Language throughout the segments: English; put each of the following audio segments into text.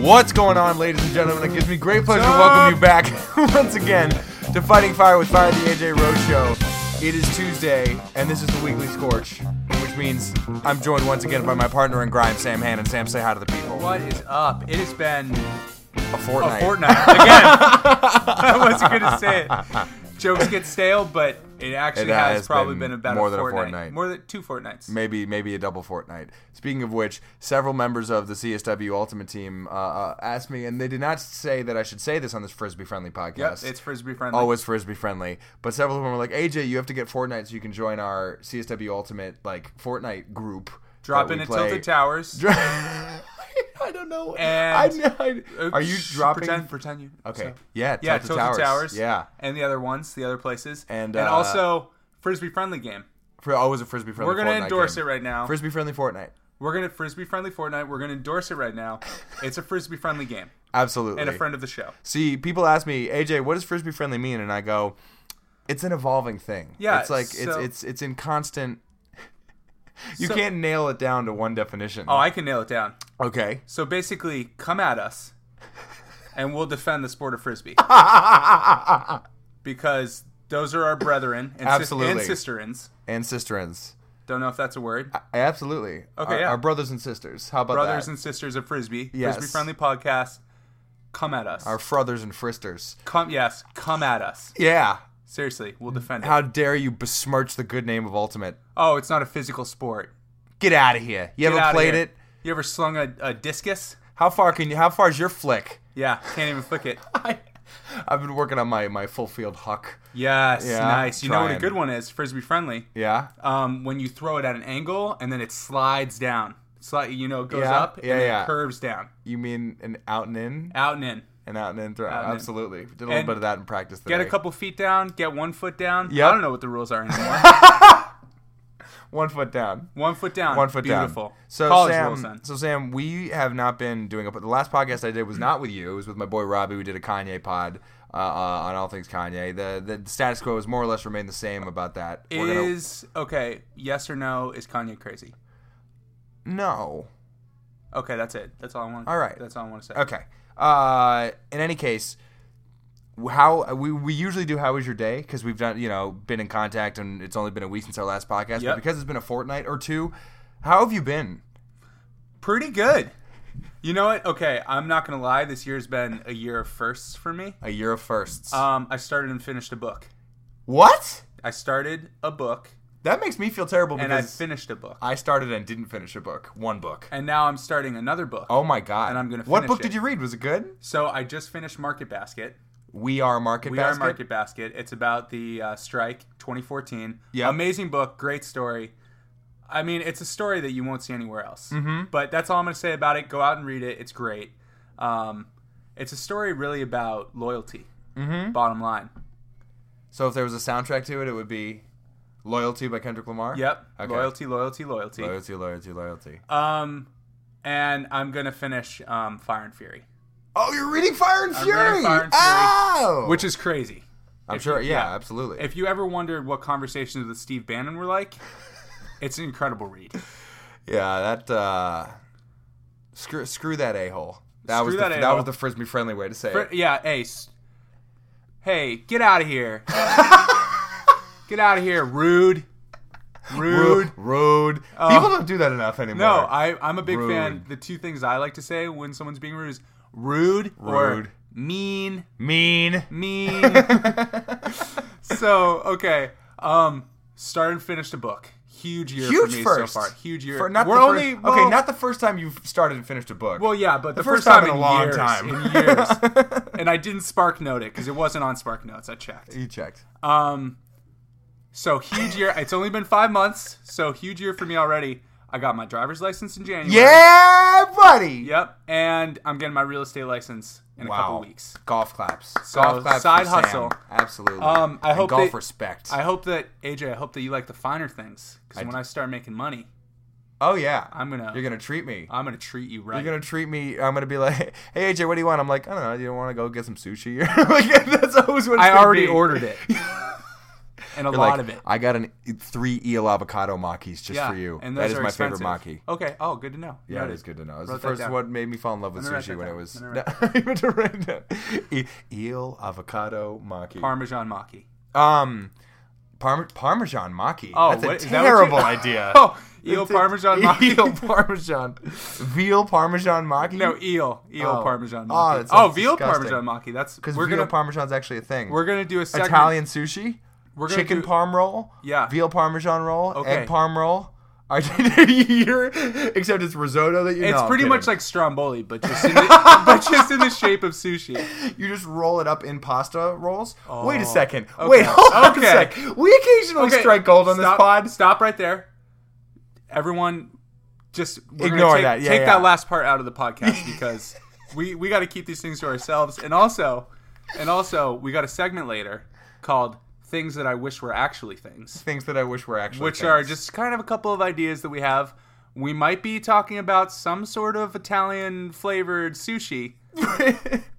What's going on, ladies and gentlemen? It gives me great pleasure to welcome you back once again to Fighting Fire with Fire, the AJ Road Show. It is Tuesday, and this is the Weekly Scorch, which means I'm joined once again by my partner in grime, Sam Hannon. Sam, say hi to the people. What is up? It has been A a fortnight. fortnight again. I wasn't gonna say it. Jokes get stale, but it actually It has, has probably been been, about more a than a fortnight. fortnight. More than two fortnights. Maybe, maybe a double fortnight. Speaking of which, several members of the CSW Ultimate Team uh, uh, asked me, and they did not say that I should say this on this frisbee friendly Yep, podcast. it's frisbee friendly. always frisbee friendly. But several of them were like, "AJ, you have to get Fortnite so you can join our CSW Ultimate like Fortnite group." drop that in we at play." Tilted Towers. Dro- I don't know. And- uh, I, I, are you Sh- dropping? Pretend, pretend you. Okay. so- Yeah. Yeah, Tilted, Tilted Towers. Yeah. And the other ones, the other places, And, and uh, also frisbee friendly game. For always a frisbee friendly. We're gonna Fortnite endorse game. it right now. Frisbee friendly Fortnite. We're gonna frisbee friendly Fortnite. We're gonna endorse it right now. It's a frisbee friendly game Absolutely. and a friend of the show. See, people ask me, AJ, what does frisbee friendly mean? And I go, it's an evolving thing. Yeah, It's like so- it's it's it's in constant. you So- can't nail it down to one definition. Oh, I can nail it down. okay. So basically, come at us, and we'll defend the sport of frisbee because those are our brethren and, sis- and Absolutely. sisterins. and sisterins. Don't know if that's a word. I- Absolutely. Okay, Our, yeah. our brothers and sisters. How about Brothers that? and sisters of frisbee, Yes. frisbee friendly podcast. Come at us. our brothers and fristers. come yes, come at us. Yeah. Seriously, we'll defend it. How dare you besmirch the good name of Ultimate? Oh, it's not a physical sport. Get out of here. You Get ever outta played here. it? You ever slung a, a discus? How far can you? How far is your flick? Yeah, can't even flick it. I, I've been working on my my full field huck. Yes, Yeah, nice. You know what a trying. good one is? Frisbee friendly. Yeah. um, when you throw it at an angle and then it slides down. Slightly, you know, it goes Yeah, up and yeah, then yeah. it curves down, You mean an out and in? out and in. An out and in throw. and in. Absolutely. Did a little And bit of that in practice today. Get a couple feet down, get one foot down. Yeah, Yep. I don't know what the rules are anymore. One foot down. one foot down. One foot Beautiful. down. So College Sam, rules then. so Sam, we have not been doing a. The last podcast I did was not with you. It was with my boy Robbie. We did a Kanye pod uh, uh, on all things Kanye. The the status quo has more or less remained the same about that. We're gonna- Is okay. Yes or no? Is Kanye crazy? no Okay, that's it. That's all I want. All right. That's all I want to say. okay. Uh, in any case, how we we usually do how was your day because we've done you know been in contact and it's only been a week since our last podcast. But Yep. because it's been a fortnight or two, how have you been? Pretty good. You know what? Okay, I'm not gonna lie. This year's been a year of firsts for me. A year of firsts. Um, I started and finished a book. what? I started a book That makes me feel terrible and I because finished a book, I started and didn't finish a book. One book. and now I'm starting another book. Oh my god! And I'm gonna What finish book it. did you read? Was it good? So I just finished Market Basket. We are Market We Basket. are Market Basket. It's about the uh, strike 2014. Yep. Amazing book, great story. I mean, it's a story that you won't see anywhere else. Mm-hmm. But that's all I'm going to say about it. Go out and read it. It's great. Um, it's a story really about loyalty. Mm-hmm. Bottom line. So if there was a soundtrack to it, it would be "Loyalty" by Kendrick Lamar. Yep. Okay. Loyalty, loyalty, loyalty. Loyalty, loyalty, loyalty. Um, and I'm going to finish um, Fire and Fury, oh, you're reading Fire and I'm Fury. reading Fire and Fury, oh, which is crazy. I'm if sure. you- yeah, yeah. absolutely. If you ever wondered what conversations with Steve Bannon were like, it's an incredible read. yeah, that. uh Screw, screw that a hole. That Screw was the, that that, a-hole. was the frisbee friendly way to say Fr- it. yeah, Ace. Hey, get out of here. get out of here, rude. Rude. Uh, Rude, rude. People don't do that enough anymore. No, I, I'm a big fan. Rude. The two things I like to say when someone's being rude is rude, Rude. or mean, mean. mean. so, okay. Um, start and finish the book. Huge year Huge for me first. so far. Huge year. For not We're the only first, well- okay, not the first time you've started and finished a book. Well, yeah, but the, first first, time in time, in a long years, time. in years, and I didn't Spark note it because it wasn't on Spark Notes. I checked. you checked. Um, so huge year. It's only been five months, so huge year for me already. I got my driver's license in January. Yeah, buddy. Yep. And I'm getting my real estate license in a couple weeks. Golf claps. So, golf claps. for side Sam. hustle. Absolutely. Um, I And hope golf they- respect. I hope that AJ. I hope that you like the finer things because when d- I start making money, oh yeah. I'm gonna You're gonna treat me. I'm gonna treat you right. You're gonna treat me. I'm gonna be like, hey AJ, what do you want? I'm like, I don't know. You don't want to go get some sushi? like that's always what it's I gonna already be. ordered it. and a You're lot like, of it. I got an three eel avocado makis just yeah, for you. and that those is are my expensive. favorite maki. Okay. Oh, good to know. Yeah, Noted. it is good to know. It's the Wrote that first down. what made me fall in love with I'm gonna write sushi that when it down. was I'm gonna No, you had to write down. E- eel avocado maki. Parmesan maki. um, Parm- Parmesan maki. Oh, that's what- a is that what you- terrible idea. Oh, eel It's a- parmesan maki. Eel Parmesan. Veal Parmesan maki. No, eel, eel Oh. parmesan. Oh, Maki. that sounds oh, veal disgusting. parmesan maki. That's because we're veal gonna Parmesan's actually a thing. we're gonna do a segment. Italian sushi, We're gonna chicken do- parm roll, Yeah. veal Parmesan roll, Okay. egg parm roll. Are you except it's risotto that you. It's no, I'm pretty much kidding. like stromboli, but just in the, but just in the shape of sushi. You just roll it up in pasta rolls. Wait a Oh. second. Okay. Wait, hold on Okay. a sec. We occasionally strike gold on this stop, pod. Stop right there, everyone. Just we're gonna Ignore take, that. Yeah, take yeah. that last part out of the podcast because we we got to keep these things to ourselves, and also and also we got a segment later called "Things That I Wish Were Actually Things." Things that I wish were actually. which things. are just kind of a couple of ideas that we have. We might be talking about some sort of Italian flavored sushi,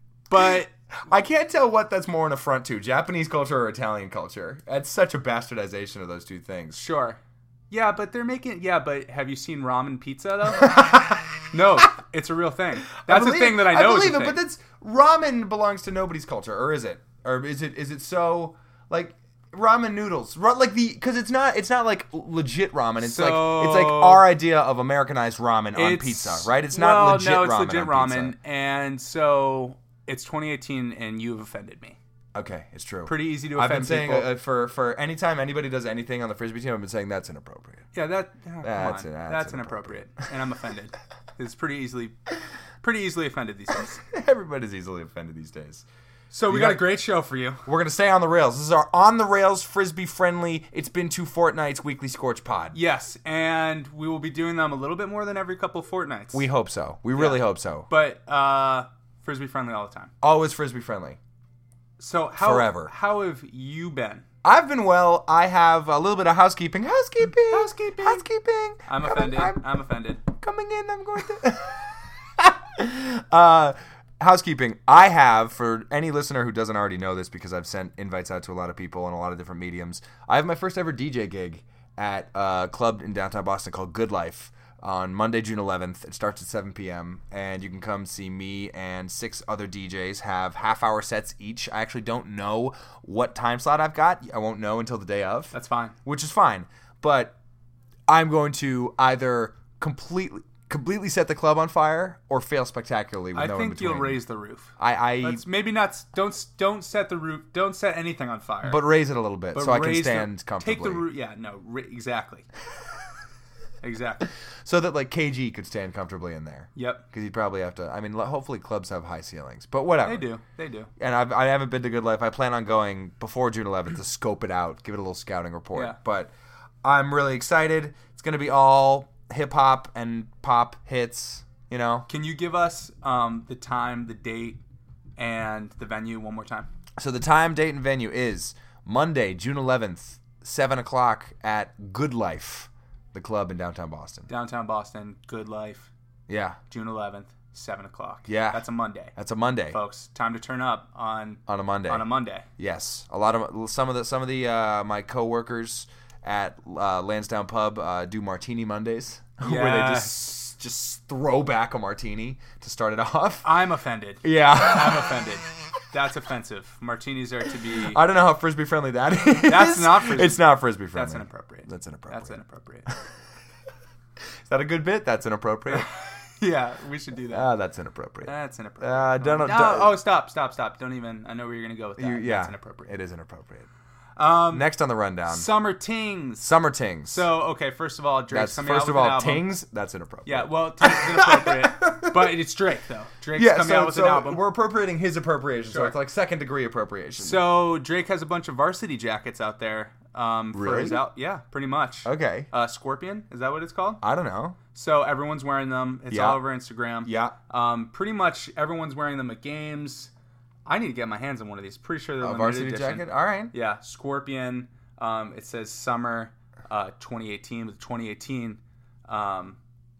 but I can't tell what that's more an affront to Japanese culture or Italian culture. That's such a bastardization of those two things. sure. Yeah, but they're making yeah, but have you seen ramen pizza though? no, it's a real thing. That's a believe- thing that I know believe is a it, thing. but that's ramen belongs to nobody's culture, or is it? Or is it? Is it so like ramen noodles? Ra- Like the because it's not it's not like legit ramen. It's like it's like So- our idea of Americanized ramen on It's- pizza, right? It's well, not legit no, it's ramen. legit on ramen, Pizza. and so it's 2018, and you've offended me. Okay, it's true. Pretty easy to I've offend been saying people. uh, for for anytime anybody does anything on the frisbee team, I've been saying that's inappropriate. Yeah, that oh, come That's- on. that's that's inappropriate, and I'm offended. it's pretty easily, pretty easily offended these days. Everybody's easily offended these days. So we got got, a a great show for you. We're gonna stay on the rails. This is our on the rails frisbee friendly. It's been two fortnights weekly scorch pod. Yes, and we will be doing them a little bit more than every couple of fortnights. We hope so. We really hope so. but uh, frisbee friendly all the time. Always frisbee friendly. So how Forever. How have you been? I've been well. I have a little bit of housekeeping. Housekeeping. Housekeeping. Housekeeping. I'm Coming- offended. I'm I'm, offended. coming in. I'm going to. uh, housekeeping. I have for any listener who doesn't already know this because I've sent invites out to a lot of people in a lot of different mediums. I have my first ever DJ gig at a club in downtown Boston called Good Life on Monday, June 11th. It starts at 7 p.m. and you can come see me and six other DJs have half-hour sets each. I actually don't know what time slot I've got. I won't know until the day of That's fine. which is fine. But I'm going to either completely completely set the club on fire or fail spectacularly. With I no think in you'll between. raise the roof. I, I Let's maybe not. s- Don't s- don't set the roof. Don't set anything on fire. but raise it a little bit But so I can raise the- stand comfortably. Take the roof. Yeah. No. Re- exactly. exactly. so that like KG could stand comfortably in there. Yep. Because he'd probably have to. I mean, lo- hopefully clubs have high ceilings, but whatever. They do. They do. And I've, I haven't been to Good Life. I plan on going before June 11th to scope it out, give it a little scouting report. Yeah. But I'm really excited. It's going to be all hip hop and pop hits. You know, Can you give us um, the time, the date, and the venue one more time? So the time, date, and venue is Monday, June 11th, 7 o'clock at Good Life, the club in downtown Boston. Downtown Boston, Good Life, Yeah, June 11th, 7 o'clock. Yeah. That's a Monday. that's a Monday. Folks, time to turn up on On a Monday. Oh. on a Monday. yes, a lot of some of the some of the uh, my coworkers at uh, Lansdowne Pub uh, do Martini Mondays, where they just just throw back a martini to start it off. I'm offended. I'm Yeah, offended. That's offensive. Martinis are to be. I don't know how frisbee friendly that is. That's not frisbee- It's not frisbee friendly. That's inappropriate. That's inappropriate. That's inappropriate. Is that a good bit? That's inappropriate. yeah, we should do that. Ah, that's inappropriate. That's inappropriate. Uh, don't, no, don't- oh, stop, stop, stop. Don't even. I know where you're going to go with that. You- yeah, That's inappropriate. It is inappropriate. Um, Next on the rundown, Summer Tings. Summer Tings. So, okay, first of all, that's Drake's coming out first of with an all album. Tings. That's inappropriate. Yeah, well, Tings is inappropriate. but it's Drake, though. Drake's yeah. coming So, out with so an album. we're appropriating his appropriation, so Sure. it's like second degree appropriation. So Drake has a bunch of varsity jackets out there. Um, For Really? his out, yeah, pretty much. okay, Uh, Scorpion, is that what it's called? I don't know. So everyone's wearing them. It's Yeah. all over Instagram. Yeah, Um, pretty much everyone's wearing them at games. I need to get my hands on one of these. Pretty sure they're a limited varsity edition. jacket. All right. Yeah, Scorpion. Um, it says summer, uh, 2018. With 2018, um,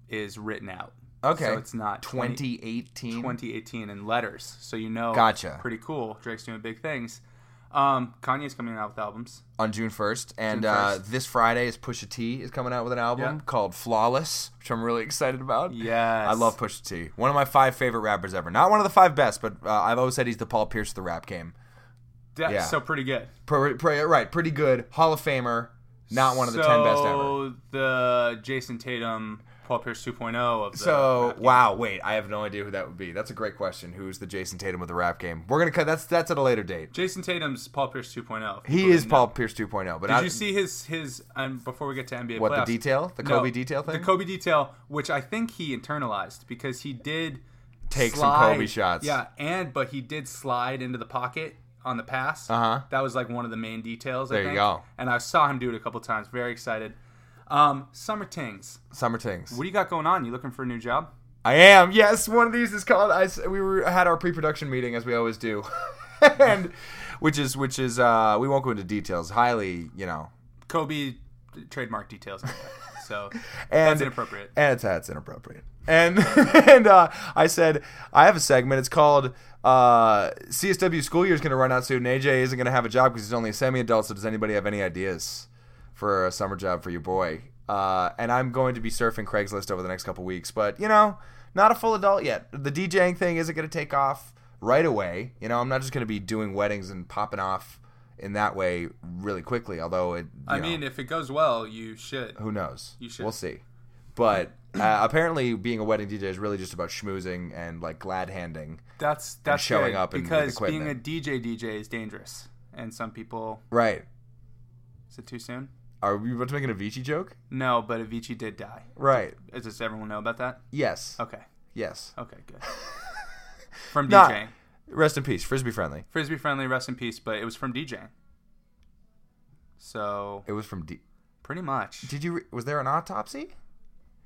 is written out. Okay. So it's not 20 2018. 2018 in letters, so you know. Gotcha. Pretty cool. Drake's doing big things. Um, Kanye's coming out with albums. on June first, and June Uh, 1st. this Friday is Pusha T is coming out with an album Yeah. called Flawless, which I'm really excited about. Yes. I love Pusha T. One of my five favorite rappers ever. Not one of the five best, but uh, I've always said he's the Paul Pierce of the rap game. That's yeah. so pretty good. Pre- pre- right, pretty good. Hall of Famer. Not one of the ten best ever. So the Jason Tatum, Paul Pierce 2.0 of the So wow, wait, I have no idea who that would be. That's a great question. Who's the Jason Tatum of the rap game? We're gonna cut. That's that's at a later date. Jason Tatum's Paul Pierce 2.0. He People is didn't Paul know. Pierce 2.0. But Did I, you see his his? And before we get to NBA, what the playoffs- detail? The No, Kobe detail thing. The Kobe detail, which I think he internalized because he did Take some slide- Kobe shots. Yeah, and but he did slide into the pocket on the pass. Uh-huh. That was like one of the main details. I There you think. go. And I saw him do it a couple times. Very excited. Um, summer tings. Summer Tings. What do you got going on? You looking for a new job? I am. Yes, one of these is called. I s- we were, had our pre-production meeting as we always do, and which is which is uh, we won't go into details. Highly, you know, Kobe trademark details. So and that's inappropriate. And it's that's inappropriate. And and uh, I said I have a segment. It's called uh, CSW school year is going to run out soon. And AJ isn't going to have a job because he's only a semi-adult. So does anybody have any ideas for a summer job for your boy? Uh, and I'm going to be surfing Craigslist over the next couple weeks. But you know, not a full adult yet. The DJing thing isn't going to take off right away. You know, I'm not just going to be doing weddings and popping off in that way really quickly. Although it, I you know. mean, if it goes well, you should. Who knows? You should. We'll see. But uh, apparently, being a wedding DJ is really just about schmoozing and like glad handing. That's that's showing good, up and with because being a equipment. DJ DJ is dangerous, and some people. Right. Is it too soon? Are we about to make an Avicii joke? No, but Avicii did die. Right. Does- Does everyone know about that? Yes. Okay. Yes. Okay. Good. from Not- DJing. Rest in peace, frisbee friendly. Frisbee friendly, rest in peace. But it was from DJing. So It was from. D- pretty much. Did you? Re- was there an autopsy?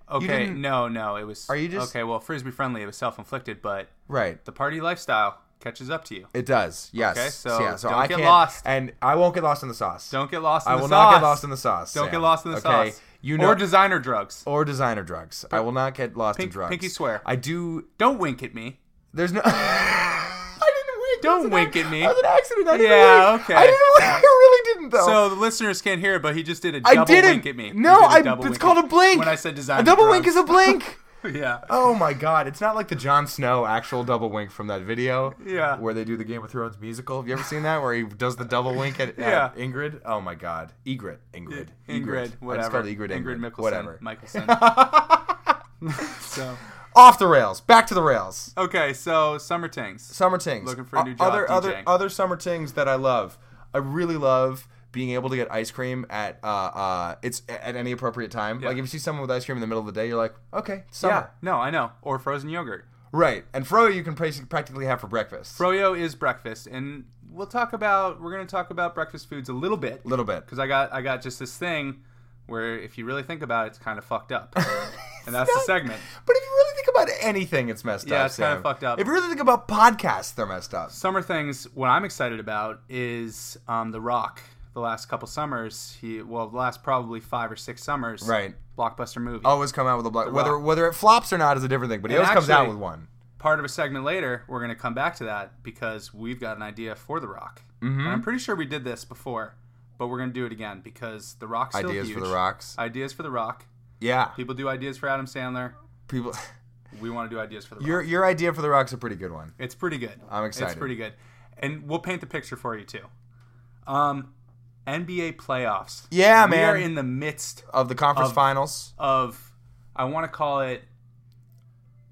Okay. didn't- No, no. It was. Are you just- okay? Well, frisbee friendly. It was self inflicted, but Right. the party lifestyle catches up to you. It does. Yes. Okay, so yeah. So don't I get can't, lost. and I won't get lost in the sauce. Don't get lost in I the will not sauce. get lost in the sauce. Don't Sam. get lost in the okay? sauce. You know, or designer drugs. or designer drugs. I will not get lost in Pink- drugs. pinky swear. I do Don't wink at me. There's no. I didn't wink. Don't That's an wink ac- at me. That was an accident. I didn't Yeah, wink. okay. I didn't wink. I really didn't though. So the listeners can't hear it, but he just did a I double didn't. wink at me. No, He did I. a double It's wink called a blink. When I said design a double wink is a blink. yeah. oh my god! It's not like the Jon Snow actual double wink from that video. Yeah. Where they do the Game of Thrones musical. Have you ever seen that? Where he does the double wink at, at Yeah. Ingrid. Oh my god, Egret. Ingrid. Ingrid, I just whatever. called it Egret. Ingrid. Mickelson, Whatever. Michelson. so Off the rails. Back to the rails. okay, so summer tings. summer tings. Looking for a new O- job, Other other DJing. other summer tings that I love. I really love being able to get ice cream at uh, uh it's at any appropriate time. Like if you see someone with ice cream in the middle of the day, you're like, okay, summer, Yeah, no, I know. Or frozen yogurt. right? And froyo you can prac- practically have for breakfast. Froyo is breakfast, and we'll talk about we're gonna talk about breakfast foods a little bit. little bit. because I got I got just this thing where if you really think about it, it's kind of fucked up, and that's the not- segment. But if you really think about anything, it's messed up. Yeah, it's kinda Sam. fucked up. If you really think about podcasts, they're messed up. Summer things. What I'm excited about is um, The Rock. The last couple summers, he well, the last probably five or six summers, Right. Oh. Blockbuster movie. Always come out with a block. Whether Rock. whether it flops or not is a different thing. But he And always comes out actually- with one. Part of a segment later, we're going to come back to that because we've got an idea for The Rock. Mm-hmm. And I'm pretty sure we did this before, but we're going to do it again because The Rock's still Ideas for huge. the rocks. Ideas for The Rock. Yeah, People do ideas for Adam Sandler. people. We want to do ideas for The Rock. Your your idea for the rocks a pretty good one. It's pretty good. I'm excited. It's pretty good. And we'll paint the picture for you too. Um NBA playoffs. Yeah, We man. are in the midst of the conference finals. of I want to call it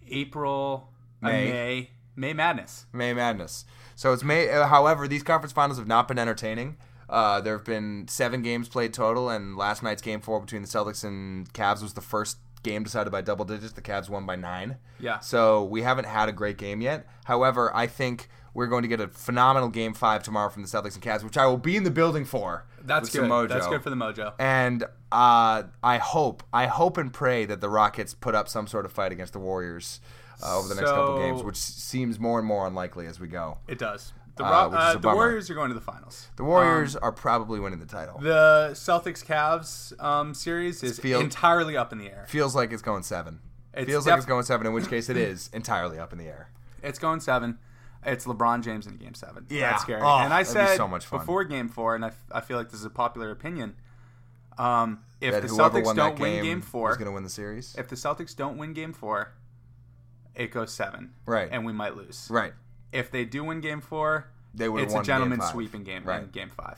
April uh, May. May. May Madness. May Madness. So it's May. uh, However, these conference finals have not been entertaining. Uh, there have been seven games played total, and last night's game four between the Celtics and Cavs was the first game decided by double digits. The Cavs won by nine. Yeah. So we haven't had a great game yet. However, I think we're going to get a phenomenal game five tomorrow from the Celtics and Cavs, which I will be in the building for. That's with some good. mojo. That's good for the mojo. And uh, I hope, I hope and pray that the Rockets put up some sort of fight against the Warriors uh, over the next couple So- games, which seems more and more unlikely as we go. It does. The, Uh, Ro- which is uh, a the bummer. Warriors are going to the finals. The Warriors are probably winning the title. Um, The Celtics Cavs um, series is field- entirely up in the air. Feels like it's going seven. It's Feels like def- it's going seven, in which case it is entirely up in the air. It's going seven. It's LeBron James in Game Seven. Yeah. that's scary. Oh, and I that'd be said so much fun. before Game Four, and I, f- I feel like this is a popular opinion. Um, if That the whoever Celtics won don't that win game Game Four, is going to win the series. if the Celtics don't win Game Four, it goes seven. Right. and we might lose. right. If they do win Game Four, They would. it's a won gentleman game five. sweep in Game Right. in Game Five.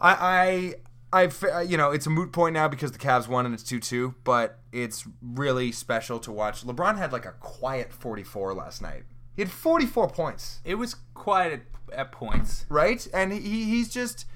I, I, I, fe- you know, it's a moot point now because the Cavs won and it's two-two. But it's really special to watch. LeBron had like a quiet forty-four last night. He had forty-four points, It was quiet at, at points. right? And he, he's just.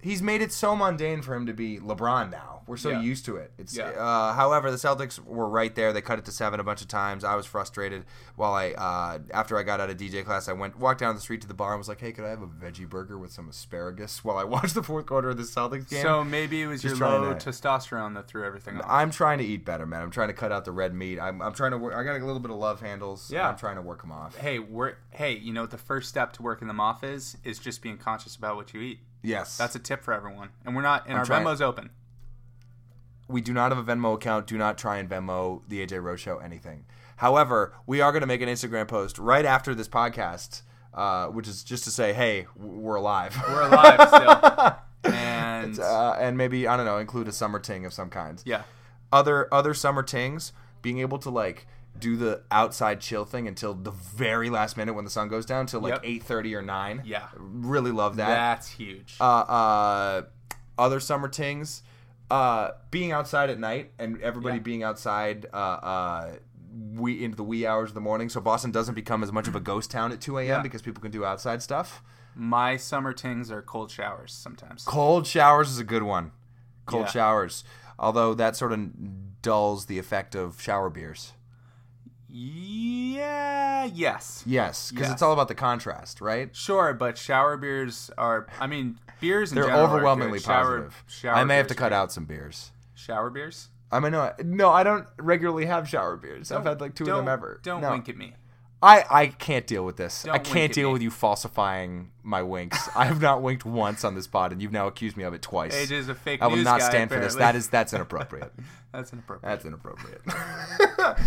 He's made it so mundane for him to be LeBron now. We're so Yeah. used to it. It's Yeah. uh, however the Celtics were right there. They cut it to seven a bunch of times. I was frustrated while I uh, after I got out of DJ class, I went walked down the street to the bar and was like, "Hey, could I have a veggie burger with some asparagus?" While I watched the fourth quarter of the Celtics game. So maybe it was your Just trying low to- testosterone that threw everything off. I'm trying to eat better, man. I'm trying to cut out the red meat. I'm, I'm trying to work. I got a little bit of love handles. and Yeah. I'm trying to work them off. Hey, work. Hey, you know what the first step to working them off is is just being conscious about what you eat. Yes. That's a tip for everyone. And we're not. And our trying. Venmo's open. we do not have a Venmo account. Do not try and Venmo the AJ Rowe Show anything. However, we are going to make an Instagram post right after this podcast, uh, which is just to say, hey, w- we're alive. We're alive still. And uh, and maybe, I don't know, include a summer ting of some kind. yeah, other other summer tings being able to like do the outside chill thing until the very last minute when the sun goes down till like Yep. 8.30 or 9 Yeah. really love that, that's huge. uh, uh other summer tings uh being outside at night and everybody Yeah. being outside uh uh we into the wee hours of the morning so boston doesn't become as much of a ghost town at 2 a.m Yeah. because people can do outside stuff My summer tings are cold showers sometimes. Cold showers is a good one. Cold Yeah. showers. Although that sort of dulls the effect of shower beers. Yeah. Yes. Yes, because it's Yes. all about the contrast, right? Sure, but shower beers are. I mean, beers. In They're general are good. overwhelmingly Shower- positive. Shower I may have to beers cut are- out some beers. shower beers. I mean, no, no, I don't regularly have shower beers. I've had like 2 of Don't- them ever. Don't No. wink at me. I, I can't deal with this. I wink can't at deal me. with you falsifying my winks. I have not winked once on this pod, and you've now accused me of it twice. Age is a fake I will news not guy, stand for this. apparently. That is that's inappropriate. That's inappropriate. That's inappropriate.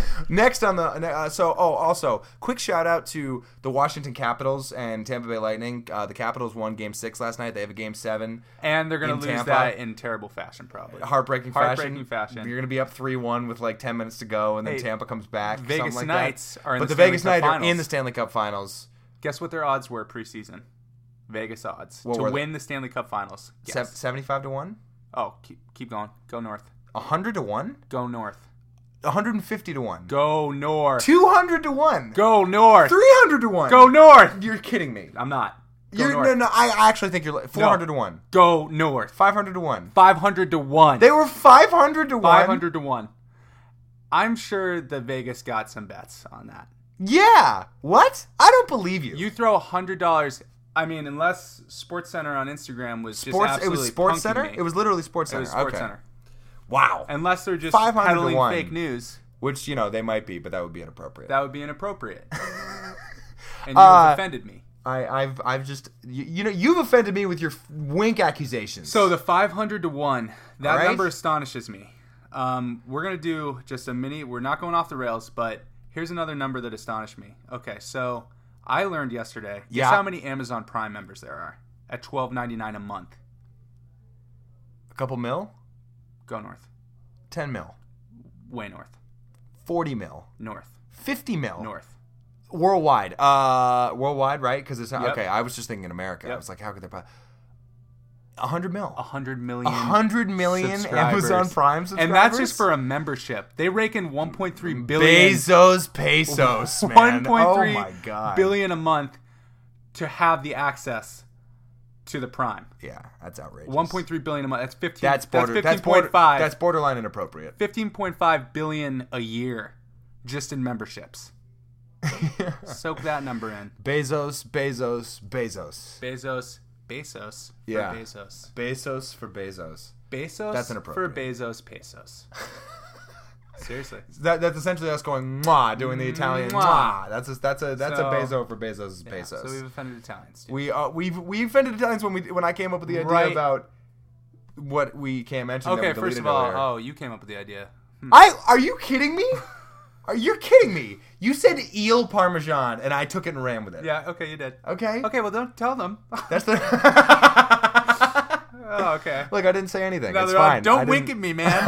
Next on the uh, so oh also quick shout out to the Washington Capitals and Tampa Bay Lightning. Uh, the Capitals won Game Six last night. They have a Game Seven. And they're going In to lose Tampa. that in terrible fashion, probably. Heartbreaking, Heartbreaking fashion. fashion. You're gonna be up three one with like ten minutes to go, and then Hey, Tampa comes back. Vegas something like Knights that. are in but the the Vegas Stanley Knights Cup are in Finals. the Stanley Cup Finals. Guess what their odds were preseason? Vegas odds What to were they? win the Stanley Cup Finals. Guess. Sev- Seventy-five to one, Oh, keep, keep going. Go north. hundred to one, Go north. hundred and fifty to one, Go north. two hundred to one, three Go north. hundred to one. Go north. You're kidding me. I'm not. Go You're, north. no, no. I I actually think you're four hundred to one, Go north. five hundred to one. 500 to 1. They were 500 to 1. 500 to 1. I'm sure the Vegas got some bets on that. Yeah. What? I don't believe you. You throw $100. I mean, unless Sports Center on Instagram was just sports, it absolutely was Sports punking Center? me. It was literally Sports It Center. was Sports okay. Center. Wow. Unless they're just 500 to peddling one. fake news, Which, you know, they might be, but that would be inappropriate. that would be inappropriate. and you Uh, offended me. I, I've I've just you, you know you've offended me with your f- wink accusations. So the 500 to 1, that Alright. number astonishes me. Um, we're going to do just a mini, we're not going off the rails, but here's another number that astonished me. Okay, so I learned yesterday, guess Yeah. how many Amazon Prime members there are at 12.99 a month. a couple mil, Go north. 10 mil, Way north. 40 mil, North. 50 mil North. worldwide. Uh worldwide, right? Cuz it's not, Yep. okay, I was just thinking in America. I Yep. was like how could they po- 100 mil. 100 million. 100 million subscribers. Amazon Prime subscribers. And that's just for a membership. They rake in 1.3 billion Bezos pesos, man. One oh point my three god. billion a month to have the access to the prime. Yeah, that's outrageous. 1.3 billion a month. That's 15. That's border. That's, That's border. 15.5. That's borderline inappropriate. 15.5 billion a year just in memberships. Soak that number in. Bezos, Bezos, Bezos. Bezos, Bezos, for Yeah. Bezos, Bezos for Bezos. Bezos. That's for inappropriate. Bezos, Pesos. Seriously. That, that's essentially us going mwah, doing the Italian mwah. Mwah. That's a, that's a that's a So- Bezos for Bezos' Bezos. So we've offended Italians. Dude. we uh, we've we offended Italians when we when I came up with the idea Right. about what we can't mention. that okay, we first deleted of all, uh, earlier. oh, you came up with the idea. I are you kidding me? Are you kidding me? You said eel parmesan, and I took it and ran with it. Yeah. Okay, you did. Okay. Okay. Well, don't tell them. That's the. oh, okay. Look, I didn't say anything. No, it's they're all, fine. don't wink at me, man.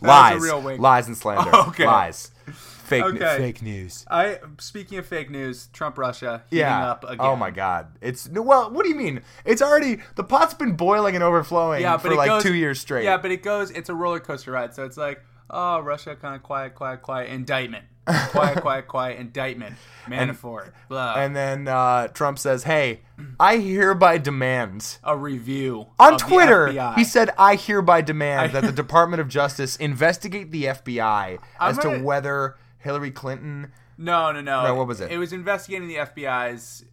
lies, real wink. lies and slander. Okay. Lies. Fake, ne- Okay. fake news. I speaking of fake news, Trump Russia heating Yeah. up again. Oh my God. It's no. Well, what do you mean? It's already the pot's been boiling and overflowing Yeah, but for it like goes, two years straight. Yeah, but it goes. It's a roller coaster ride. So it's like, oh, Russia, kind of quiet, quiet, quiet, indictment, quiet, quiet, quiet, indictment, Manafort, blah, and then uh, Trump says, "Hey, I hereby demand." a review On of the Twitter, FBI. he said, "I hereby demand that the Department of Justice investigate the FBI as gonna- to whether Hillary Clinton." no, no, no. No, what was it? It was investigating the FBI's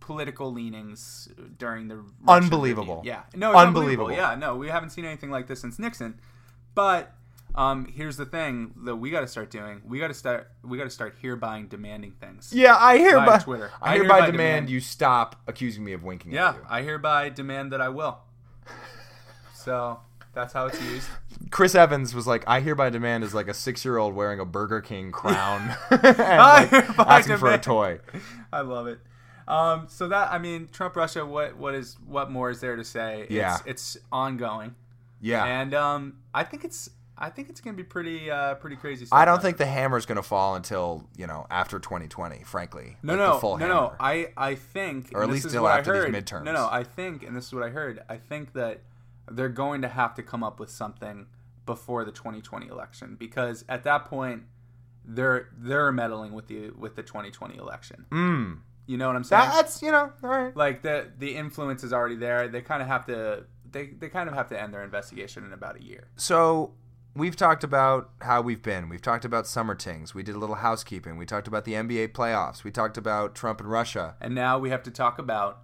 political leanings during the Russian Unbelievable. review. Yeah, no, it's Unbelievable. unbelievable. Yeah, no, we haven't seen anything like this since Nixon, but. Um, here's the thing that we got to start doing. We got to start. We got to start here buying, demanding things. Yeah, I hereby, Twitter. I I hereby, hereby demand, demand- you stop accusing me of winking Yeah, at you. I hereby demand that I will. So that's how it's used. Chris Evans was like, "I hereby demand" is like a six-year-old wearing a Burger King crown and like, hereby asking for a demand. toy. I love it. Um, so that I mean, Trump Russia. What what is what more is there to say? Yeah. it's, it's ongoing, Yeah, and um, I think it's I think it's gonna be pretty uh, pretty crazy. Stuff I don't think the hammer's gonna fall until you know after 2020. Frankly, No, Like, no, the full no, hammer. no. I, I think, Or at and this least is till what I after these heard. midterms. No, no. I think, and this is what I heard. I think that they're going to have to come up with something before the 2020 election because at that point they're they're meddling with the with the 2020 election. Mm. You know what I'm saying? That- that's you know all right. like the the influence is already there. They kind of have to they they kind of have to end their investigation in about a year. So we've talked about how we've been. We've talked about summer things. We did a little housekeeping. We talked about the NBA playoffs. We talked about Trump and Russia. And now we have to talk about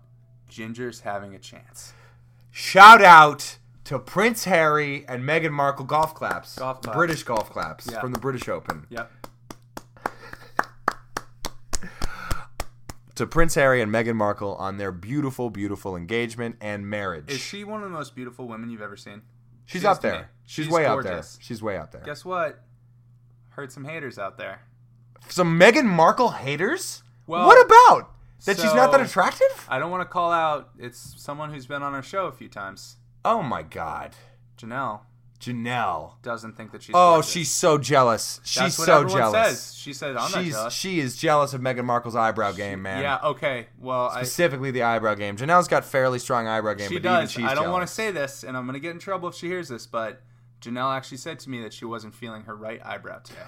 Ginger's having a chance. Shout out to Prince Harry and Meghan Markle golf claps, Golf claps. British golf claps Yeah. from the British Open. Yep. to Prince Harry and Meghan Markle on their beautiful, beautiful engagement and marriage. Is she one of the most beautiful women you've ever seen? she's she is up to there. me. She's, She's way up there. gorgeous. She's way up there. Guess what? Heard some haters out there. Some Meghan Markle haters? Well, what about? That she's not that so- attractive? I don't want to call out. It's someone who's been on our show a few times. Oh my god. Janelle Janelle. doesn't think that she's. Oh, gorgeous. she's so jealous. She's That's what so everyone jealous. Says. She said, "I'm not She's jealous." she is jealous of Meghan Markle's eyebrow game, man. yeah. Okay. Well, I, she Specifically the eyebrow game. Janelle's got fairly strong eyebrow game, but even does. she's I don't want jealous. to say this, and I'm gonna get in trouble if she hears this, but. Janelle actually said to me that she wasn't feeling her right eyebrow today.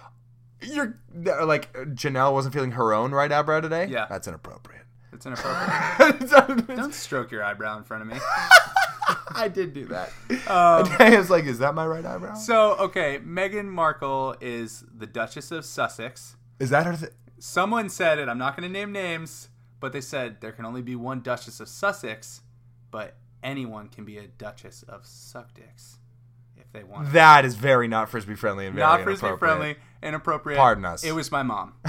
You're like Janelle wasn't feeling her own right eyebrow today? Yeah. That's inappropriate. It's inappropriate. It's- don't stroke your eyebrow in front of me. I did do that. Um, I was like, is that my right eyebrow? so, okay, Meghan Markle is the Duchess of Sussex. is that her? Th- someone said it. I'm not going to name names, but they said there can only be one Duchess of Sussex, but anyone can be a Duchess of Suck Dicks if they want. that is very not frisbee friendly and Mm. very not frisbee inappropriate. friendly, inappropriate. Pardon us. It was my mom.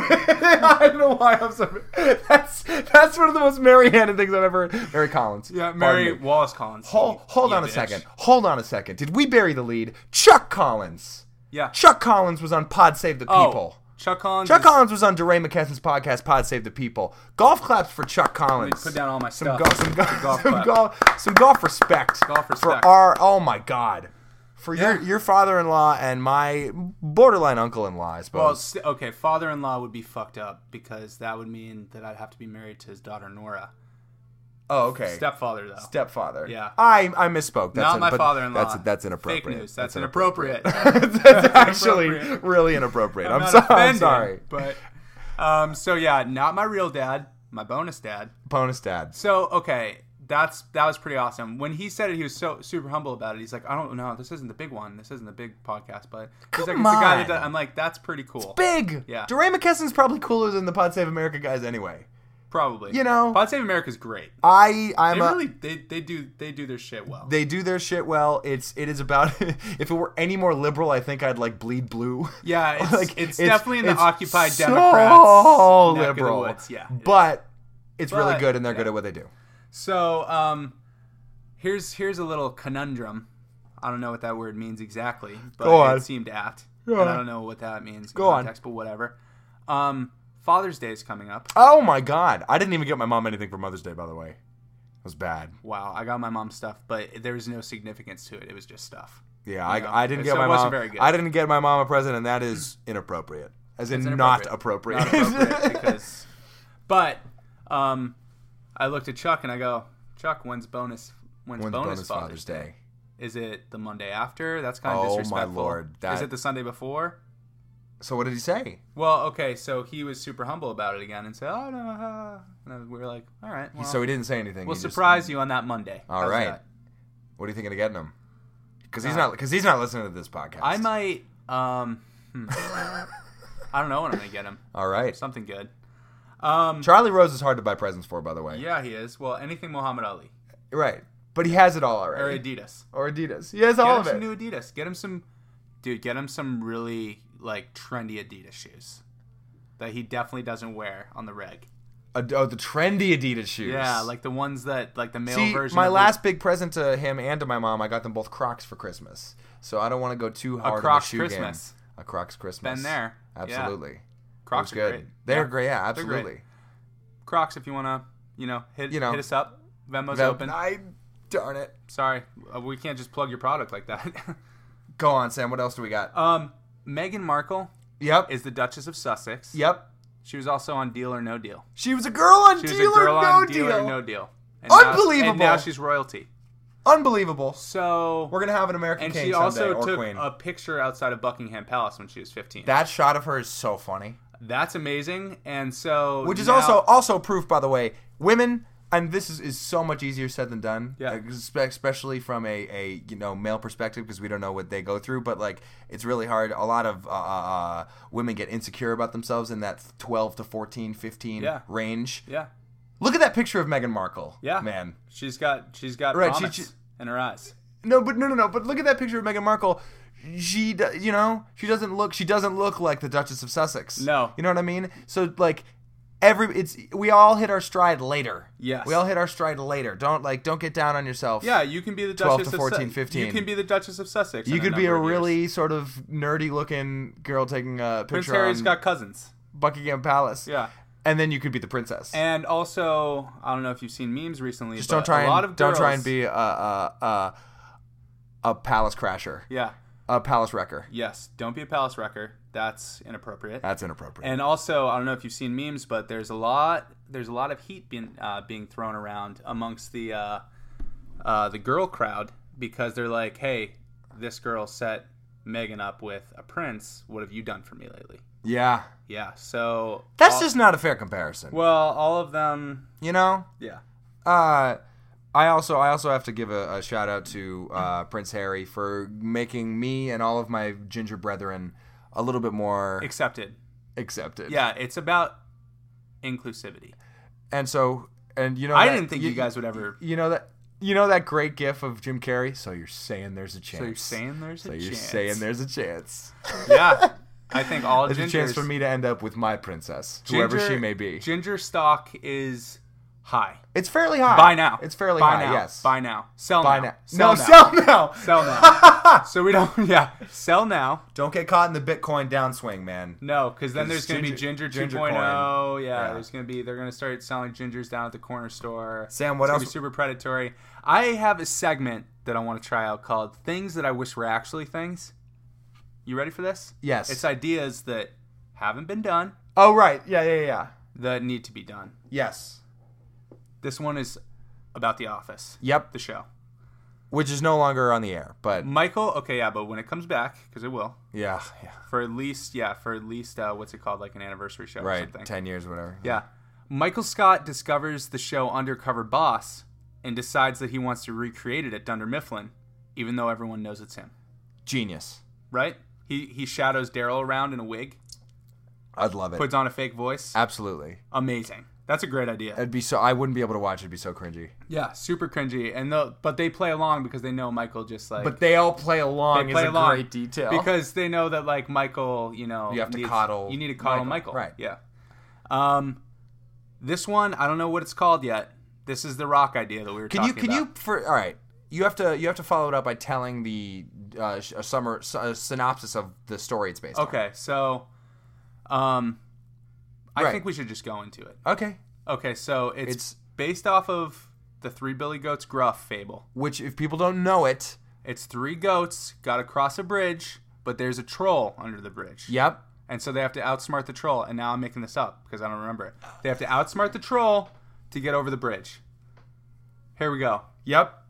I don't know why I'm so. That's that's one of the most Mary-handed things I've ever heard. Mary Collins. Yeah, Pardon Mary me. Wallace Collins. Hold, you- hold you on a bitch. second. Hold on a second. Did we bury the lead? Chuck Collins. Yeah. Chuck Collins was on Pod Save the Oh, People. Chuck Collins. Chuck is- Collins was on DeRay McKesson's podcast, Pod Save the People. Golf claps for Chuck Collins. Put down all my some stuff. golf, some, golf, golf some, clap. golf, some golf respect. Golf for respect. our. Oh my God, for your Yeah. your father-in-law and my borderline uncle-in-law, I Well, suppose. st- okay, father-in-law would be fucked up because that would mean that I'd have to be married to his daughter Nora. oh, okay. Stepfather, though. Stepfather. Yeah. I I misspoke. That's Not in- my but father-in-law. That's that's inappropriate. Fake news. That's, inappropriate. that's, that's actually inappropriate. really inappropriate. I'm, not so, I'm offended, sorry. But um, so yeah, not my real dad, my bonus dad. Bonus dad. So okay, that's that was pretty awesome. When he said it, he was so super humble about it. He's like, I don't know, this isn't the big one, this isn't the big podcast, but he's like, Come it's the guy that on. does, I'm like, that's pretty cool, Big. Yeah. DeRay McKesson's probably cooler than the Pod Save America guys anyway. probably. You know- Pod Save America's great. I I'm They a- really they, they do they do their shit well. they do their shit well. It's it is about if it were any more liberal, I think I'd like bleed blue. yeah, it's, like it's, definitely in the it's Occupy so Democrats. neck of the liberal. woods. Yeah, it but it's really But- good, and they're good yeah. at what they do. So, um, here's here's a little conundrum. I don't know what that word means exactly, but Go on. it seemed apt. And I don't know what that means. in Go on. context, but whatever. Um, Father's Day is coming up. Oh my god. I didn't even get my mom anything for Mother's Day, by the way. It was bad. Wow, I got my mom stuff, but there was no significance to it. It was just stuff. Yeah, know, I, I didn't it- get so it my wasn't mom. very good. I didn't get my mom a present, and that is inappropriate. As in, It's not appropriate. Not appropriate because, but um, I looked at Chuck and I go, Chuck, when's bonus? When's, When's bonus, bonus Father's Day? Day? Is it the Monday after? That's kind of Oh, my disrespectful. lord, Is that- it the Sunday before? So what did he say? Well, okay, so he was super humble about it again and said, "Oh no," uh," and we were like, "All right, well, so he didn't say anything. we'll he just- surprise you on that Monday." All How's right. that? What are you thinking of getting him? Because he's Uh, not. Because he's not listening to this podcast. I might. Um, hmm. I don't know when I'm gonna get him. All right. Something good. Um, Charlie Rose is hard to buy presents for, by the way. yeah, he is. Well, anything Muhammad Ali Right. But he has it all or already. Adidas. Or Adidas. He has Get all him of some it. new Adidas. Get him some, dude. Get him some really like trendy Adidas shoes that he definitely doesn't wear on the reg. Ad- oh, the trendy Adidas shoes. Yeah, like the ones that like the male See, version. my of the- last big present to him and to my mom, I got them both Crocs for Christmas. So I don't want to go too hard Crocs on the shoe Christmas. game. A Crocs Christmas. been there. Yeah. Absolutely. Crocs It was are good. great. They're Yeah. great. Yeah, They're great. absolutely. Crocs if you wanna, you know, hit You know. hit us up. Venmo's That- open. I darn it. Sorry, uh, we can't just plug your product like that. Go on, Sam. What else do we got? um, Meghan Markle yep. is the Duchess of Sussex. yep. She was also on Deal or No Deal. She was a girl on She was Deal a girl or No on Deal. Deal or No Deal. And now- Unbelievable. and now she's royalty. Unbelievable. So We're gonna have an American and king she someday, also or took queen. a picture outside of Buckingham Palace when she was 15. that shot of her is so funny. That's amazing. And so Which is now- also also proof, by the way, women. And this is, is so much easier said than done, Yeah. Espe- especially from a, a you know male perspective because we don't know what they go through. But like, it's really hard. A lot of uh, uh, women get insecure about themselves in that 12 to 14, 15 Yeah. range. yeah. Look at that picture of Meghan Markle. Yeah. man. She's got she's got Right, she- promise she- in her eyes. No, but no, no, no. But look at that picture of Meghan Markle. She, do- you know, she doesn't look. She doesn't look like the Duchess of Sussex. No. you know what I mean. So like, every it's we all hit our stride later. Yes. we all hit our stride later. Don't like, don't get down on yourself. Yeah, you can be the 12 Duchess to of 14, Su- 15. You can be the Duchess of Sussex. you in could be a number of years. really sort of nerdy looking girl taking a Prince picture Harry's on got cousins. Buckingham Palace. Yeah. and then you could be the princess. And also, I don't know if you've seen memes recently. Just but don't try a and lot of don't try girls- and be a a a, a palace crasher, Yeah. a palace wrecker. Yes. Don't be a palace wrecker. That's inappropriate. That's inappropriate. And also, I don't know if you've seen memes, but there's a lot there's a lot of heat being uh, being thrown around amongst the uh, uh, the girl crowd because they're like, "Hey, this girl set Megan up with a prince. What have you done for me lately?" yeah, Yeah. So that's all- just not a fair comparison. well, all of them. you know Yeah. uh I also I also have to give a, a shout out to uh, Prince Harry for making me and all of my ginger brethren a little bit more Accepted. accepted. Yeah. It's about inclusivity. And so and you know I that- didn't think you guys would ever. you know that you know that great gif of Jim Carrey. So you're saying there's a chance. So you're saying there's So a you're chance. saying there's a chance. Yeah. I think all There's gingers. a chance for me to end up with my princess, whoever ginger- she may be. Ginger stock is high. It's fairly high. Buy now. It's fairly Buy high. Now. Yes. Buy now. Sell Buy now. now. no, Sell now. sell now. Sell now. so we don't. Yeah. Sell now. Don't get caught in the Bitcoin downswing, man. No, because then 'Cause there's going to be ginger- Ginger, ginger 2.0. Yeah, Yeah. There's going to be. They're going to start selling gingers down at the corner store. Sam, what It's gonna else- Be super predatory. I have a segment that I want to try out called "Things That I Wish Were Actually Things." You ready for this? Yes. It's ideas that haven't been done Oh right. Yeah, yeah, yeah. that need to be done. Yes. This one is about The Office, Yep. the show. Which is no longer on the air, but Michael, okay, yeah, but when it comes back, because it will, yeah, yeah. for at least, yeah, for at least, uh, what's it called, like an anniversary show or Right. something. Ten years, whatever. Yeah. Michael Scott discovers the show Undercover Boss and decides that he wants to recreate it at Dunder Mifflin, even though everyone knows it's him, Genius. right? He, he shadows Daryl around in a wig, I'd love it. puts on a fake voice. Absolutely. Amazing. That's a great idea. It'd be so. I wouldn't be able to watch. It'd be so cringy. Yeah, super cringy. And the, but they play along because they know Michael just like But they all play along. They play is a along great detail. because they know that like Michael, you know, You have to coddle You need to coddle Michael, Michael, right. Yeah. Um, this one I don't know what it's called yet. This is the rock idea that we were can you talking can about. you for all right? you have to you have to follow it up by telling the uh, sh- a summer s- a synopsis of the story it's based Okay, so, um, I Right. think we should just go into it. on. Okay. Okay, so it's, It's- based off of the Three Billy Goats Gruff fable. Which, if people don't know it, It's three goats got to cross a bridge, but there's a troll under the bridge. yep, And so they have to outsmart the troll. And now I'm making this up because I don't remember it. They have to outsmart the troll to get over the bridge. Here we go. yep,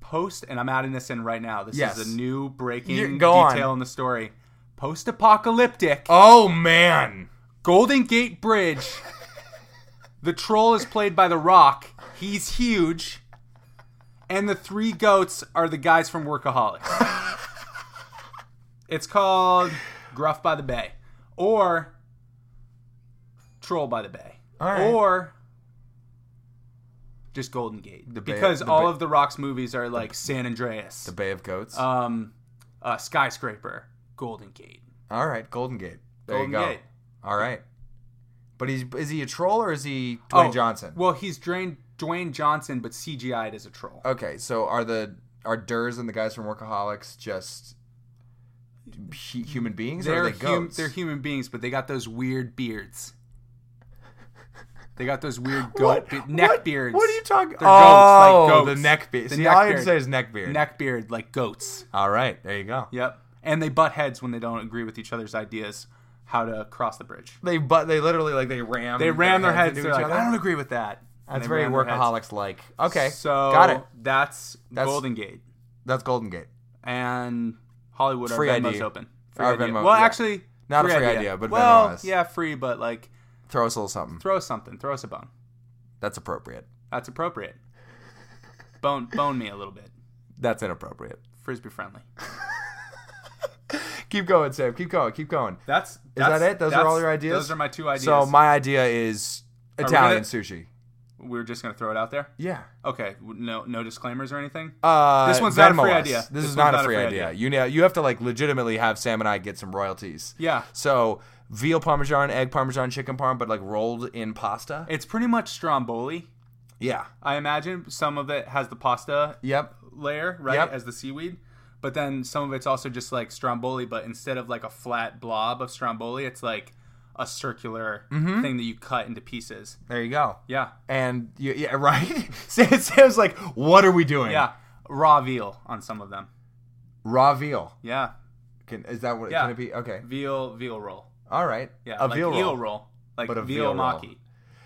Post, and I'm adding this in right now. This Yes. is a new breaking Yeah, go on. detail in the story. Post apocalyptic, Oh man. Golden Gate Bridge. the troll is played by The Rock. He's huge. And the three goats are the guys from Workaholics. it's called Gruff by the Bay or Troll by the Bay right. or just Golden Gate. Bay- because the all Bay- of The Rock's movies are like San Andreas, The Bay of Goats. um, uh, Skyscraper, Golden Gate. All right, Golden Gate. There Golden you go. Gate. All right. But he's is he a troll or is he Dwayne Oh, Johnson? Well, he's Dwayne, Dwayne Johnson, but CGI'd as a troll. okay, so are the are Durs and the guys from Workaholics just hu- human beings or they're are they hum- goats? they're human beings, but they got those weird beards. They got those weird What- goat be- neck what- beards. What are you talking? They're goats, like Oh, goats. the neck beard. The See, all neck you have beard. to say is neck beard. Neck beard like goats. All right, there you go. Yep. And they butt heads when they don't agree with each other's ideas how to cross the bridge. They but they literally like they ram. They ram their heads. into they're each like, other. I don't agree with that. And That's they very ram their heads. workaholics like. Okay, So got it. That's, That's- Golden Gate That's Golden Gate. and Hollywood. Free Free our Venmo's ID. open. Our idea. Venmo, well, yeah. actually, Not free idea, but Venmo well, is. yeah, free, but like Throw us a little something. throw us something, throw us a bone. That's appropriate. That's appropriate. Bone bone me a little bit. That's inappropriate. Frisbee friendly. Keep going, Sam. Keep going. Keep going. That's, Is that's that it? Those are that's- all your ideas? Those are my two ideas. So my idea is we Italian gonna- sushi. we are just gonna throw it out there. Yeah. Okay, w- no no disclaimers or anything. Uh, This one's not a Venmo free us. idea. This, This is one's not a free, idea. You know, you have to like legitimately have Sam and I get some royalties. Yeah. So veal parmesan, egg parmesan, chicken parm, but like rolled in pasta. It's pretty much stromboli. Yeah. I imagine some of it has the pasta Yep. layer, right, Yep. as the seaweed. But then some of it's also just like stromboli, but instead of like a flat blob of stromboli, it's like a circular Mm-hmm. thing that you cut into pieces. There you go. Yeah, And you, yeah, right. Sam, Sam's like, what are we doing? yeah, raw veal on some of them. Raw veal. Yeah, Can, is that what Yeah. can it be? Okay. veal veal roll. All right. Yeah, A like veal roll. eel roll, like But a veal, veal roll. maki.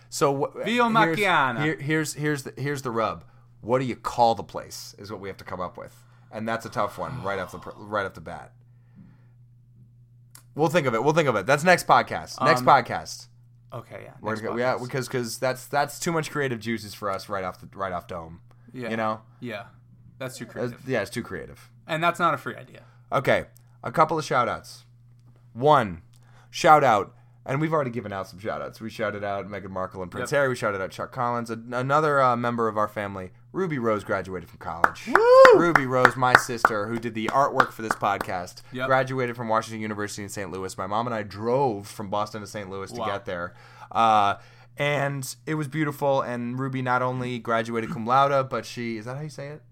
So wh- uh, Via here's- Macchiana. Here, here's here's the here's the rub. What do you call the place? Is what we have to come up with, and that's a tough one right off the pr- right off the bat. We'll think of it. We'll think of it. That's next podcast. Next Um, podcast. Okay, yeah. We're next gonna go, yeah, podcast. because because that's that's too much creative juices for us right off the right off dome. yeah, You know, yeah, that's too creative, That's- yeah, it's too creative. and that's not a free idea. Okay, a couple of shout outs. One, shout out, and we've already given out some shout outs. We shouted out Meghan Markle and Prince Harry. We shouted out Chuck Collins. A- another uh, member of our family, Ruby Rose, graduated from college. Ruby Rose, my sister, who did the artwork for this podcast, Yep. graduated from Washington University in St. Louis. My mom and I drove from Boston to St. Louis Wow. to get there. Uh, and it was beautiful. And Ruby not only graduated cum laude, but she is that how you say it?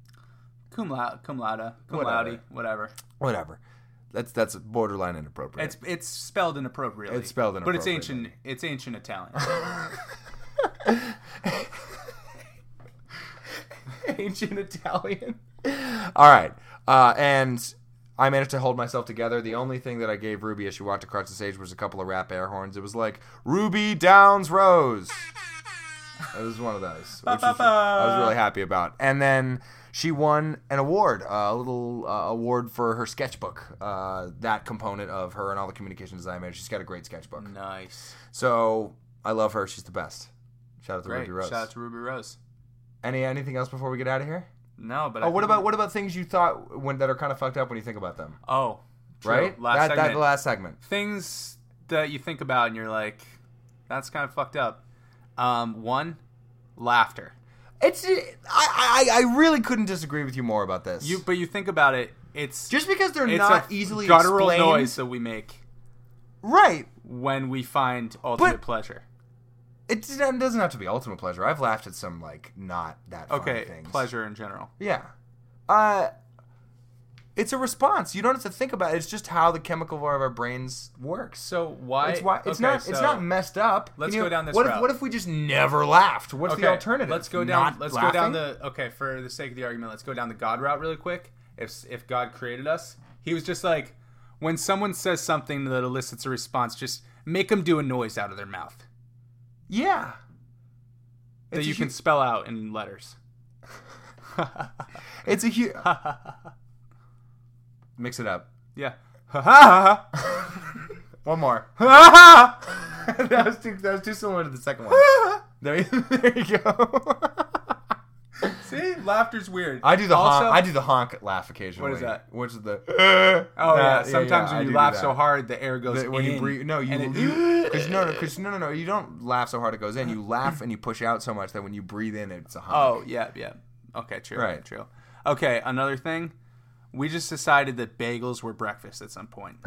Cum laude, cum laude, cum Whatever. laude, whatever. Whatever. That's that's borderline inappropriate. It's it's spelled inappropriately. It's spelled but it's inappropriately. ancient. It's ancient Italian. ancient Italian. All right, uh, and I managed to hold myself together. The only thing that I gave Ruby as she walked across the stage was a couple of rap air horns. It was like Ruby Downs Rose. It was one of those, which is, I was really happy about. And then she won an award, uh, a little uh, award for her sketchbook. Uh, that component of her and all the communication design manager. She's got a great sketchbook. Mm. nice. So I love her. She's the best. Shout out to Great. Ruby Rose. Shout out to Ruby Rose. Any Any anything else before we get out of here? no, but I Oh, what think- about what about things you thought when that are kind of fucked up when you think about them? oh true. Right? last that, segment that last segment. things that you think about and you're like that's kind of fucked up. Um, one, laughter. It's I, I I really couldn't disagree with you more about this. You but you think about it, it's just because they're it's not a easily guttural explained, noise that we make right? when we find ultimate pleasure. It doesn't doesn't have to be ultimate pleasure. I've laughed at some like not that funny Okay, things. pleasure in general. Yeah. uh, it's a response. You don't have to think about it. It's just how the chemical layer of our brains works. So why? It's why it's okay, not it's so- not messed up. let's You know, go down this What if, route. what if we just never laughed? What's okay, the alternative? Let's go down. Not Let's go down laughing? the. Okay, for the sake of the argument, let's go down the God route really quick. If if God created us, He was just like, when someone says something that elicits a response, just make them do a noise out of their mouth yeah. that It's a you can hu- spell out in letters. It's a huge. Mix it up. yeah. Ha One more. ha that was too. That was too similar to the second one. ha. There, you- there you go. See, laughter's weird. I do the also, honk. I do the honk laugh occasionally. What is that? Which is the. Oh Nah, yeah. Sometimes yeah, I when do you do laugh that. so hard, the air goes That when in, you breathe, no, you, and it- you cause no, no, 'cause no, no, no, you don't laugh so hard it goes in. You laugh and you push out so much that when you breathe in, it's a honk. Oh yeah, yeah. Okay, true. Right. True. Okay, another thing. We just decided that bagels were breakfast at some point.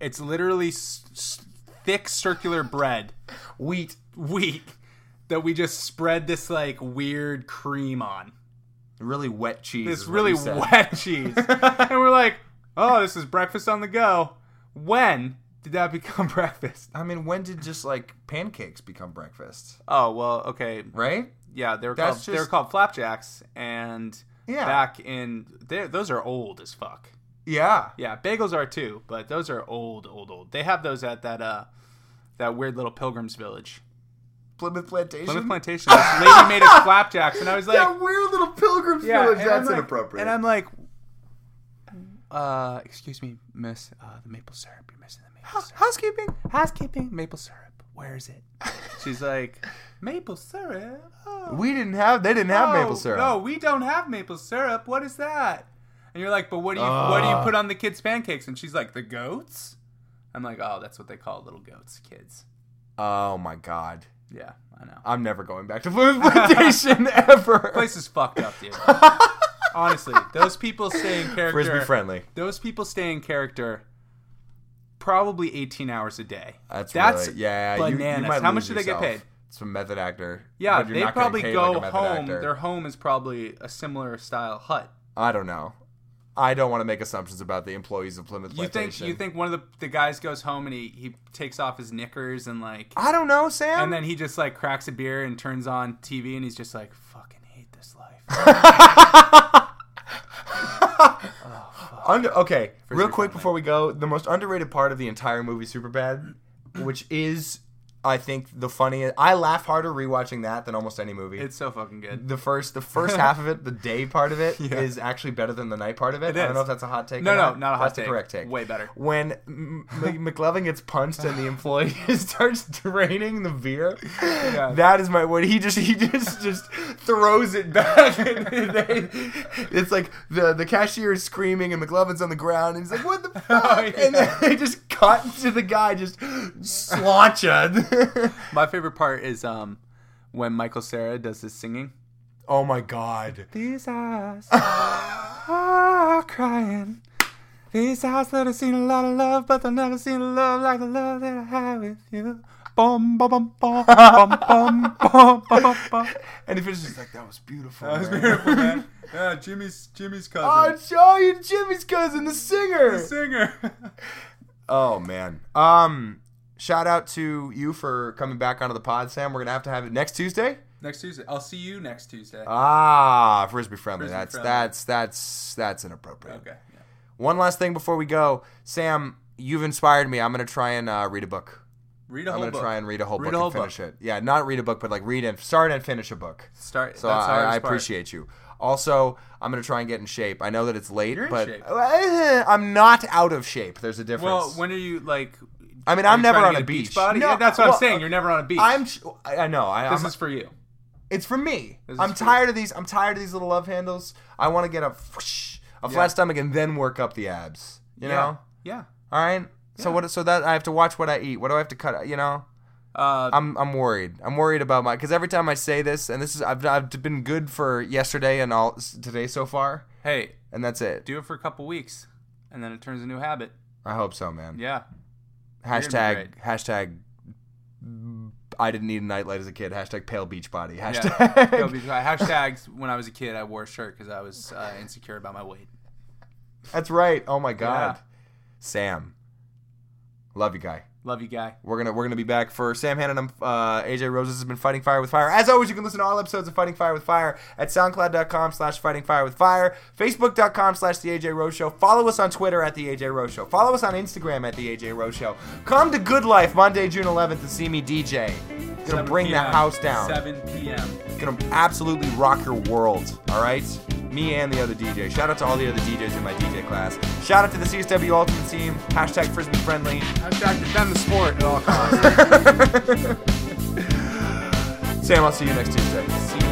it's literally s- s- thick circular bread, wheat. wheat, that we just spread this like weird cream on. Really wet cheese. This is what really you said. wet cheese. and we're like, oh, this is breakfast on the go. When did that become breakfast? I mean, when did just like pancakes become breakfast? Oh, well, okay. Right? Yeah, they were called, That's they were just- called flapjacks, and Yeah. back in they're- those are old as fuck. Yeah. Yeah, bagels are too, but those are old, old, old. They have those at that uh that weird little pilgrims village. Plymouth Plantation. Plymouth Plantation. This lady made us flapjacks and I was like that weird little pilgrim's yeah, village. and That's I'm like- inappropriate. And I'm like uh excuse me, miss, uh the maple syrup. You're missing the maple syrup. housekeeping. Housekeeping, maple syrup. Where is it? She's like, Maple syrup? Oh. We didn't have. They didn't have no, maple syrup. No, we don't have maple syrup. What is that? And you're like, but what do you what do you Ugh. put on the kids' pancakes? And she's like, the goats. I'm like, oh, that's what they call little goats, kids. Oh my god. Yeah, I know. I'm never going back to Plymouth Plantation ever. Place is fucked up, dude. Honestly, those people stay in character. Frisbee friendly. Those people stay in character. Probably 18 hours a day. That's that's really, yeah. you- you bananas. might How much lose do they get yourself. paid? It's a method actor. Yeah, but you're they not getting probably paid go like a method home. actor. Their home is probably a similar style hut. I don't know. I don't want to make assumptions about the employees of Plymouth You think Plantation. you think one of the, the guys goes home and he, he takes off his knickers and like I don't know, Sam. and then he just like cracks a beer and turns on TV and he's just like fucking hate this life. Under, okay, real sure, quick Fortnite. before we go, the most underrated part of the entire movie Superbad, which is, I think, the funniest. I laugh harder rewatching that than almost any movie. It's so fucking good. the first, the first half of it, the day part of it, is Yeah. actually better than the night part of it. I is. don't know if that's a hot take. No, or no, not. not a hot That's the take. correct take. Way better. When M- M- McLovin gets punched and the employee starts draining the beer, that is my word. He just he just just throws it back. And they, it's like the the cashier is screaming and McLovin's on the ground and he's like, "What the fuck?" Oh, yeah. And then they just cut to the guy just slaunching. My favorite part is um when Michael Sarah does his singing. oh my god! These eyes are crying. These eyes that have seen a lot of love, but they've never seen a love like the love that I have with you. Bum bum bum bum bum bum bum bum. bum. And he finishes like, "That was beautiful." That was man." beautiful, man. Yeah, Jimmy's Jimmy's Oh, cousin, Joey, Jimmy's cousin, the singer. the singer. Oh man. Um, shout out to you for coming back onto the pod, Sam. We're gonna have to have it next Tuesday. next Tuesday, I'll see you next Tuesday. Ah, frisbee friendly. Frisbee that's friendly. that's that's that's inappropriate. okay. yeah. One last thing before we go, Sam. You've inspired me. I'm gonna try and uh, read a book. Read a I'm whole gonna book. try and read a whole Read book a whole and finish it. Yeah, not read a book, but like read and start and finish a book. Start. So that's I, hardest I part. appreciate you. Also, I'm gonna try and get in shape. I know that it's late, You're in but shape. I'm not out of shape. There's a difference. Well, when are you like? I mean, are I'm you never trying to on get a beach. body? No, Yeah, that's what well, I'm saying. You're never on a beach. I'm. sh- I I know. I, This I'm, is for you. It's for me. This is I'm for tired of these. I'm tired of these little love handles. I want to get a whoosh, a flat Yeah. stomach and then work up the abs. You know. Yeah. All right. So what? So that I have to watch what I eat. What do I have to cut? You know. yeah. Uh, I'm I'm worried. I'm worried about my because every time I say this, and this is I've I've been good for yesterday and all today so far, hey, and that's it. do it for a couple weeks, and then it turns a new habit. I hope so, man. Yeah. hashtag great. hashtag I didn't need a nightlight as a kid. Hashtag pale beach body. Yeah. Hashtag. Yo, because- hashtags. When I was a kid, I wore a shirt because I was uh, insecure about my weight. That's right. Oh my god. Yeah. Sam. Love you, guy. Love you, guy. We're gonna we're gonna be back for Sam Hannon. I'm uh, AJ Roses has been fighting fire with fire. As always, you can listen to all episodes of Fighting Fire with Fire at soundcloud.com slash fighting fire with fire, Facebook.com slash the AJ Rose Show. Follow us on Twitter at the AJ Rose Show. Follow us on Instagram at the AJ Rose Show. Come to Good Life Monday, June 11th to see me DJ. Gonna 7 bring the p.m. house down. 7 p.m. Gonna absolutely rock your world, alright? Me and the other DJ. Shout out to all the other DJs in my DJ class. Shout out to the CSW Ultimate Team, hashtag frisbee friendly. Hashtag defend the sport at all costs. Sam, I'll see you next Tuesday. See you.